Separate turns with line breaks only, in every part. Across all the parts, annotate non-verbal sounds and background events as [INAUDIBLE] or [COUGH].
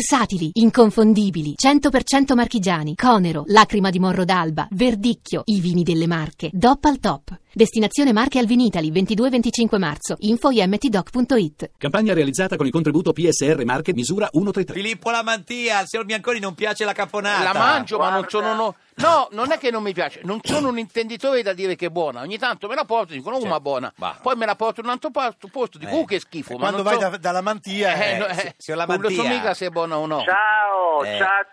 Versatili, inconfondibili, 100% marchigiani, Conero, Lacrima di Morro d'Alba, Verdicchio, i vini delle Marche, DOP al top. Destinazione Marche al Vinitali, 22-25 marzo, info imtdoc.it.
Campagna realizzata con il contributo PSR Marche misura 133.
Filippo Lamantia, al signor Bianconi non piace la caponata.
La mangio, ma non sono. No, no, non è che non mi piace, non sono un intenditore da dire che è buona. Ogni tanto me la porto, dicono, oh, ma buona.
Bah.
Poi me la porto in un altro posto, posto dico,
Eh.
oh, che schifo.
E
ma
quando
non
vai
so-
da- dalla mantia, eh,
no,
si- signor
non lo so
Lamantia.
mica se è buona o no.
Ciao,
Eh.
ciao a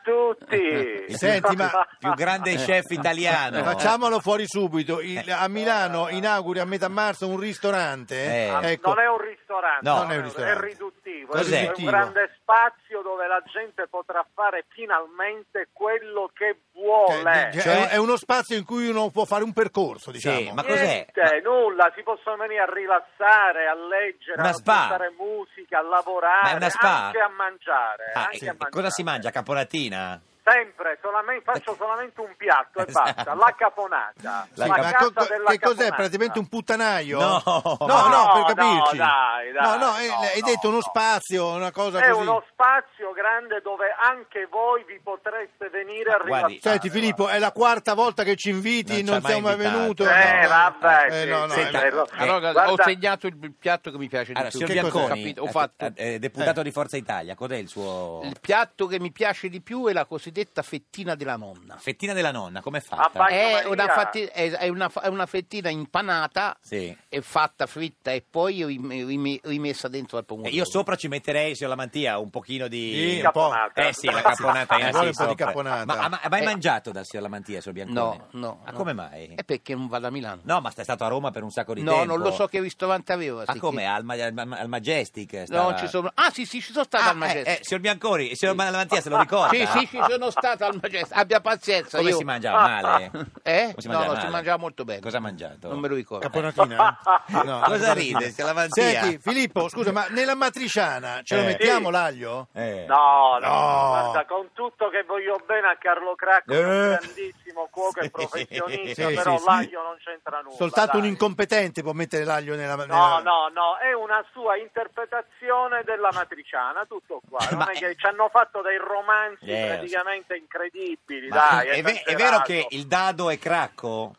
[LAUGHS]
tutti. [LAUGHS]
Senti, ma
Più
Eh.
grande chef italiano.
Facciamolo fuori subito. Il- a Milano inauguri a metà marzo un ristorante.
Eh.
Ecco.
Ah, Non è un ristorante,
No.
non
Non è un ristorante.
riduttivo,
Cos'è?
è un grande spazio dove la gente potrà fare finalmente quello che vuole.
Cioè,
Cioè-
è uno spazio in cui uno può fare un percorso, diciamo.
Sì, ma cos'è?
Niente, nulla, si possono venire a rilassare, a leggere,
Una
a
spa.
ascoltare musica, a lavorare,
Ma è una spa?
anche a mangiare.
Ah,
Eh, anche
sì.
a
E cosa
mangiare.
si mangia? Caponatina?
Sempre, solamente- faccio solamente un piatto
[LAUGHS]
e
Esatto.
basta, la caponata.
Sì,
la
ma
casa
co-
della
che cos'è?
caponata.
Praticamente un puttanaio?
No.
no,
No,
no,
no,
per capirci.
dai, dai,
no, no, eh,
no,
hai
no,
detto uno
no.
spazio, una cosa
È
così.
uno spazio grande dove anche voi vi potreste venire a
Guardi,
rilassare.
Ah, Senti Filippo, è la quarta volta che ci
Non ci
inviti, non,
ha mai
siamo mai
invitato.
venuti.
Eh,
no.
vabbè.
Eh,
sì,
no, no,
sì,
eh,
dai, lo-
Allora, ho
guarda,
segnato il il piatto che mi piace di
Allora,
più.
signor
che cosa?
Bianconi,
Capito? Ho
eh,
fatto-
eh, oh. deputato di Forza Italia, cos'è il suo...
Il piatto che mi piace di più è la cosiddetta fettina della nonna.
Fettina della nonna, com'è fatta?
Abba-
È
Bagnomaria.
una, fatti- è- è una fa- è una fettina impanata
Sì.
e fatta fritta e poi rim- rim- rimessa dentro al
Eh,
pomodoro.
io sopra ci metterei, signor Lamantia, un pochino di...
Sì, un po'.
caponata.
Eh sì, la caponata in
Ci vuole un po' di
sopra.
caponata.
Ma ha ma- ha mai
Eh.
mangiato da signor Lamantia, signor Bianconi?
No, no.
Ma
no.
come mai?
È perché non vado a Milano.
No, ma sei stato a Roma per un sacco di
no,
tempo.
non lo so che ristorante aveva.
Ma
sì,
come?
che-
Al, Ma- al Ma- al Majestic?
No,
stava-
non ci sono. Ah, sì, sì, ci sono stato
Ah,
al Majestic.
eh, eh, signor Bianconi, il signor Lamantia se lo ricorda?
Sì, sì, ci sono stato al Majestic. Abbia pazienza.
Come
io-
si mangiava male?
Eh?
Come si
no, no,
mangiava
si
male?
mangiava molto bene.
Cosa ha mangiato?
Non me lo ricordo.
Caponatina?
[LAUGHS]
No,
Cosa ride? Se la mantia.
ah.
Senti Filippo, scusa, ma nella matriciana ce
Eh.
lo mettiamo
Sì.
l'aglio?
Eh.
No, no,
No.
guarda, con tutto che voglio bene a Carlo Cracco, che è un
Eh.
grandissimo cuoco
Sì,
e professionista,
sì,
però
sì.
l'aglio non c'entra nulla.
Soltanto un
dai.
incompetente può mettere l'aglio nella
No,
nella-
no, no, è una sua interpretazione della matriciana, tutto qua. Non
Eh, Ma
è che
è-
ci hanno fatto dei romanzi
Yes.
praticamente incredibili,
Ma
dai.
è, ve- è vero che il dado è cracco?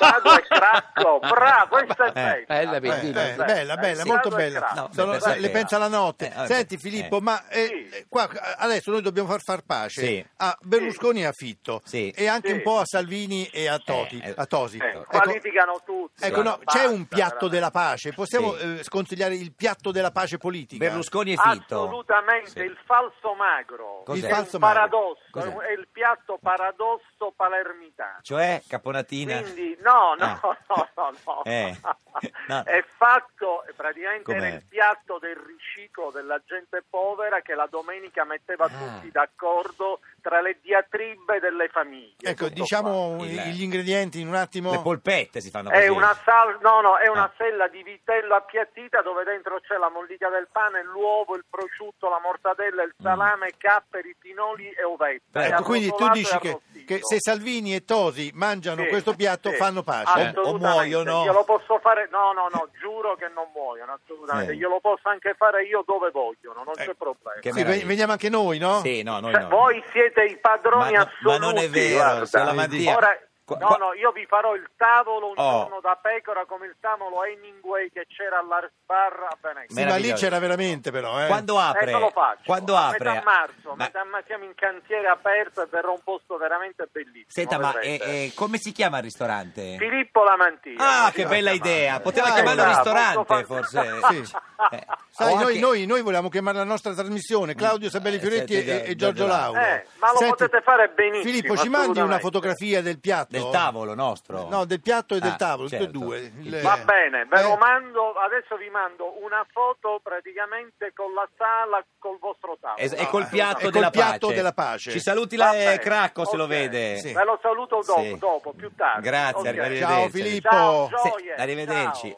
Dado e cracco, bravo, questa è
Eh,
bella.
bella,
Eh, eh,
bellina.
Bella,
bella, bella,
sì.
molto
Dado e
bella.
cracco.
No,
Sono-
beh, beh,
le
sì.
pensa la notte.
Eh, vabbè.
Senti Filippo,
Eh.
ma eh,
Sì.
qua, adesso noi dobbiamo far, far pace
Sì.
a Berlusconi e a Fitto
Sì.
e anche
Sì.
un po' a Salvini e a, Toti,
Eh, eh,
a Tosi.
Eh,
Ecco,
qua litigano tutti.
ecco, no,
basta,
c'è un piatto
veramente.
della pace, possiamo
Sì.
eh, sconsigliare il piatto della pace politica?
Berlusconi e Fitto.
Assolutamente,
Sì.
il falso magro.
Cos'è?
È
Il
falso
un
magro.
paradosso,
Cos'è?
è un- è il piatto paradosso palermitano.
Cioè, caponatina.
Quindi no, no,
Ah.
[LAUGHS] no, no, no.
[LAUGHS]
[LAUGHS]
Eh, no.
È fatto praticamente
Com'è?
era il piatto del riciclo della gente povera che la domenica metteva
Ah.
tutti d'accordo tra le diatribe delle famiglie.
Ecco,
Tutto
diciamo
qua. Il-
i- gli ingredienti in un attimo.
Le polpette si fanno
qua.
così.
È una, sal- no, no, è una
Ah.
sella di vitello appiattita dove dentro c'è la mollica del pane, l'uovo, il prosciutto, la mortadella,
Mm.
il salame, capperi, pinoli e ovetta.
Ecco,
È
Ecco, quindi tu
arrotolato e
dici che,
arrostito.
che se Salvini e Tosi mangiano
Sì,
questo piatto
sì, Ah,
fanno pace. eh,
assolutamente. O
assolutamente.
muoiono.
Io lo posso fare, no, no, no, giuro che non muoiono, assolutamente.
Eh.
Glielo posso anche fare io dove vogliono, non c'è problema.
che
Sì,
meraviglia.
veniamo anche noi, no?
Sì, no, noi
Cioè,
no.
voi siete i
Ma
padroni
no- ma
assoluti.
non è vero,
guarda.
signor Lamantia.
Ora,
Qua-
no,
qua-
no, io vi farò il tavolo un
Oh.
giorno da pecora come il tavolo Hemingway che c'era all'Arsbar a Venezia.
Sì, ma lì
Meraviglioso.
c'era veramente però, eh.
Quando apre?
Eh, te lo faccio.
Quando
a
apre?
Metà marzo,
Ma-
metà marzo siamo in cantiere aperto e verrà un posto veramente bellissimo.
Senta, ma
vedrete.
eh, eh, come si chiama il ristorante?
Filippo Lamantia.
Ah, che
Sì,
bella
si chiama.
idea! Poteva
Dai,
chiamarlo
bravo,
ristorante,
molto
forse.
[LAUGHS]
[LAUGHS]
fantastico.
Sì.
Eh,
Sai,
o
noi,
anche-
noi, noi volevamo chiamare la nostra trasmissione Claudio Sabelli
Eh,
Fioretti
senti,
e, e
Giorgio
Giorgio
Lauro.
Lauro.
Eh, ma lo potete fare benissimo,
Filippo, ci mandi una
assolutamente.
fotografia del piatto?
Del tavolo nostro.
No, del piatto e del
Ah,
tavolo,
certo.
tutti e due.
Il-
Il-
Va bene, ve
Eh,
lo mando, adesso vi mando una foto praticamente con la sala, col vostro tavolo. Ah, esatto.
Es- è col
E
piatto,
eh, col
della,
piatto
pace.
della pace.
Ci saluti
Va
la
bene,
eh, Cracco se lo
ok.
vede.
Sì.
Ve lo saluto dopo,
Sì.
dopo più tardi.
Grazie,
Ok.
arrivederci.
Ciao Filippo.
Ciao,
Sì,
gioie,
arrivederci.
ciao.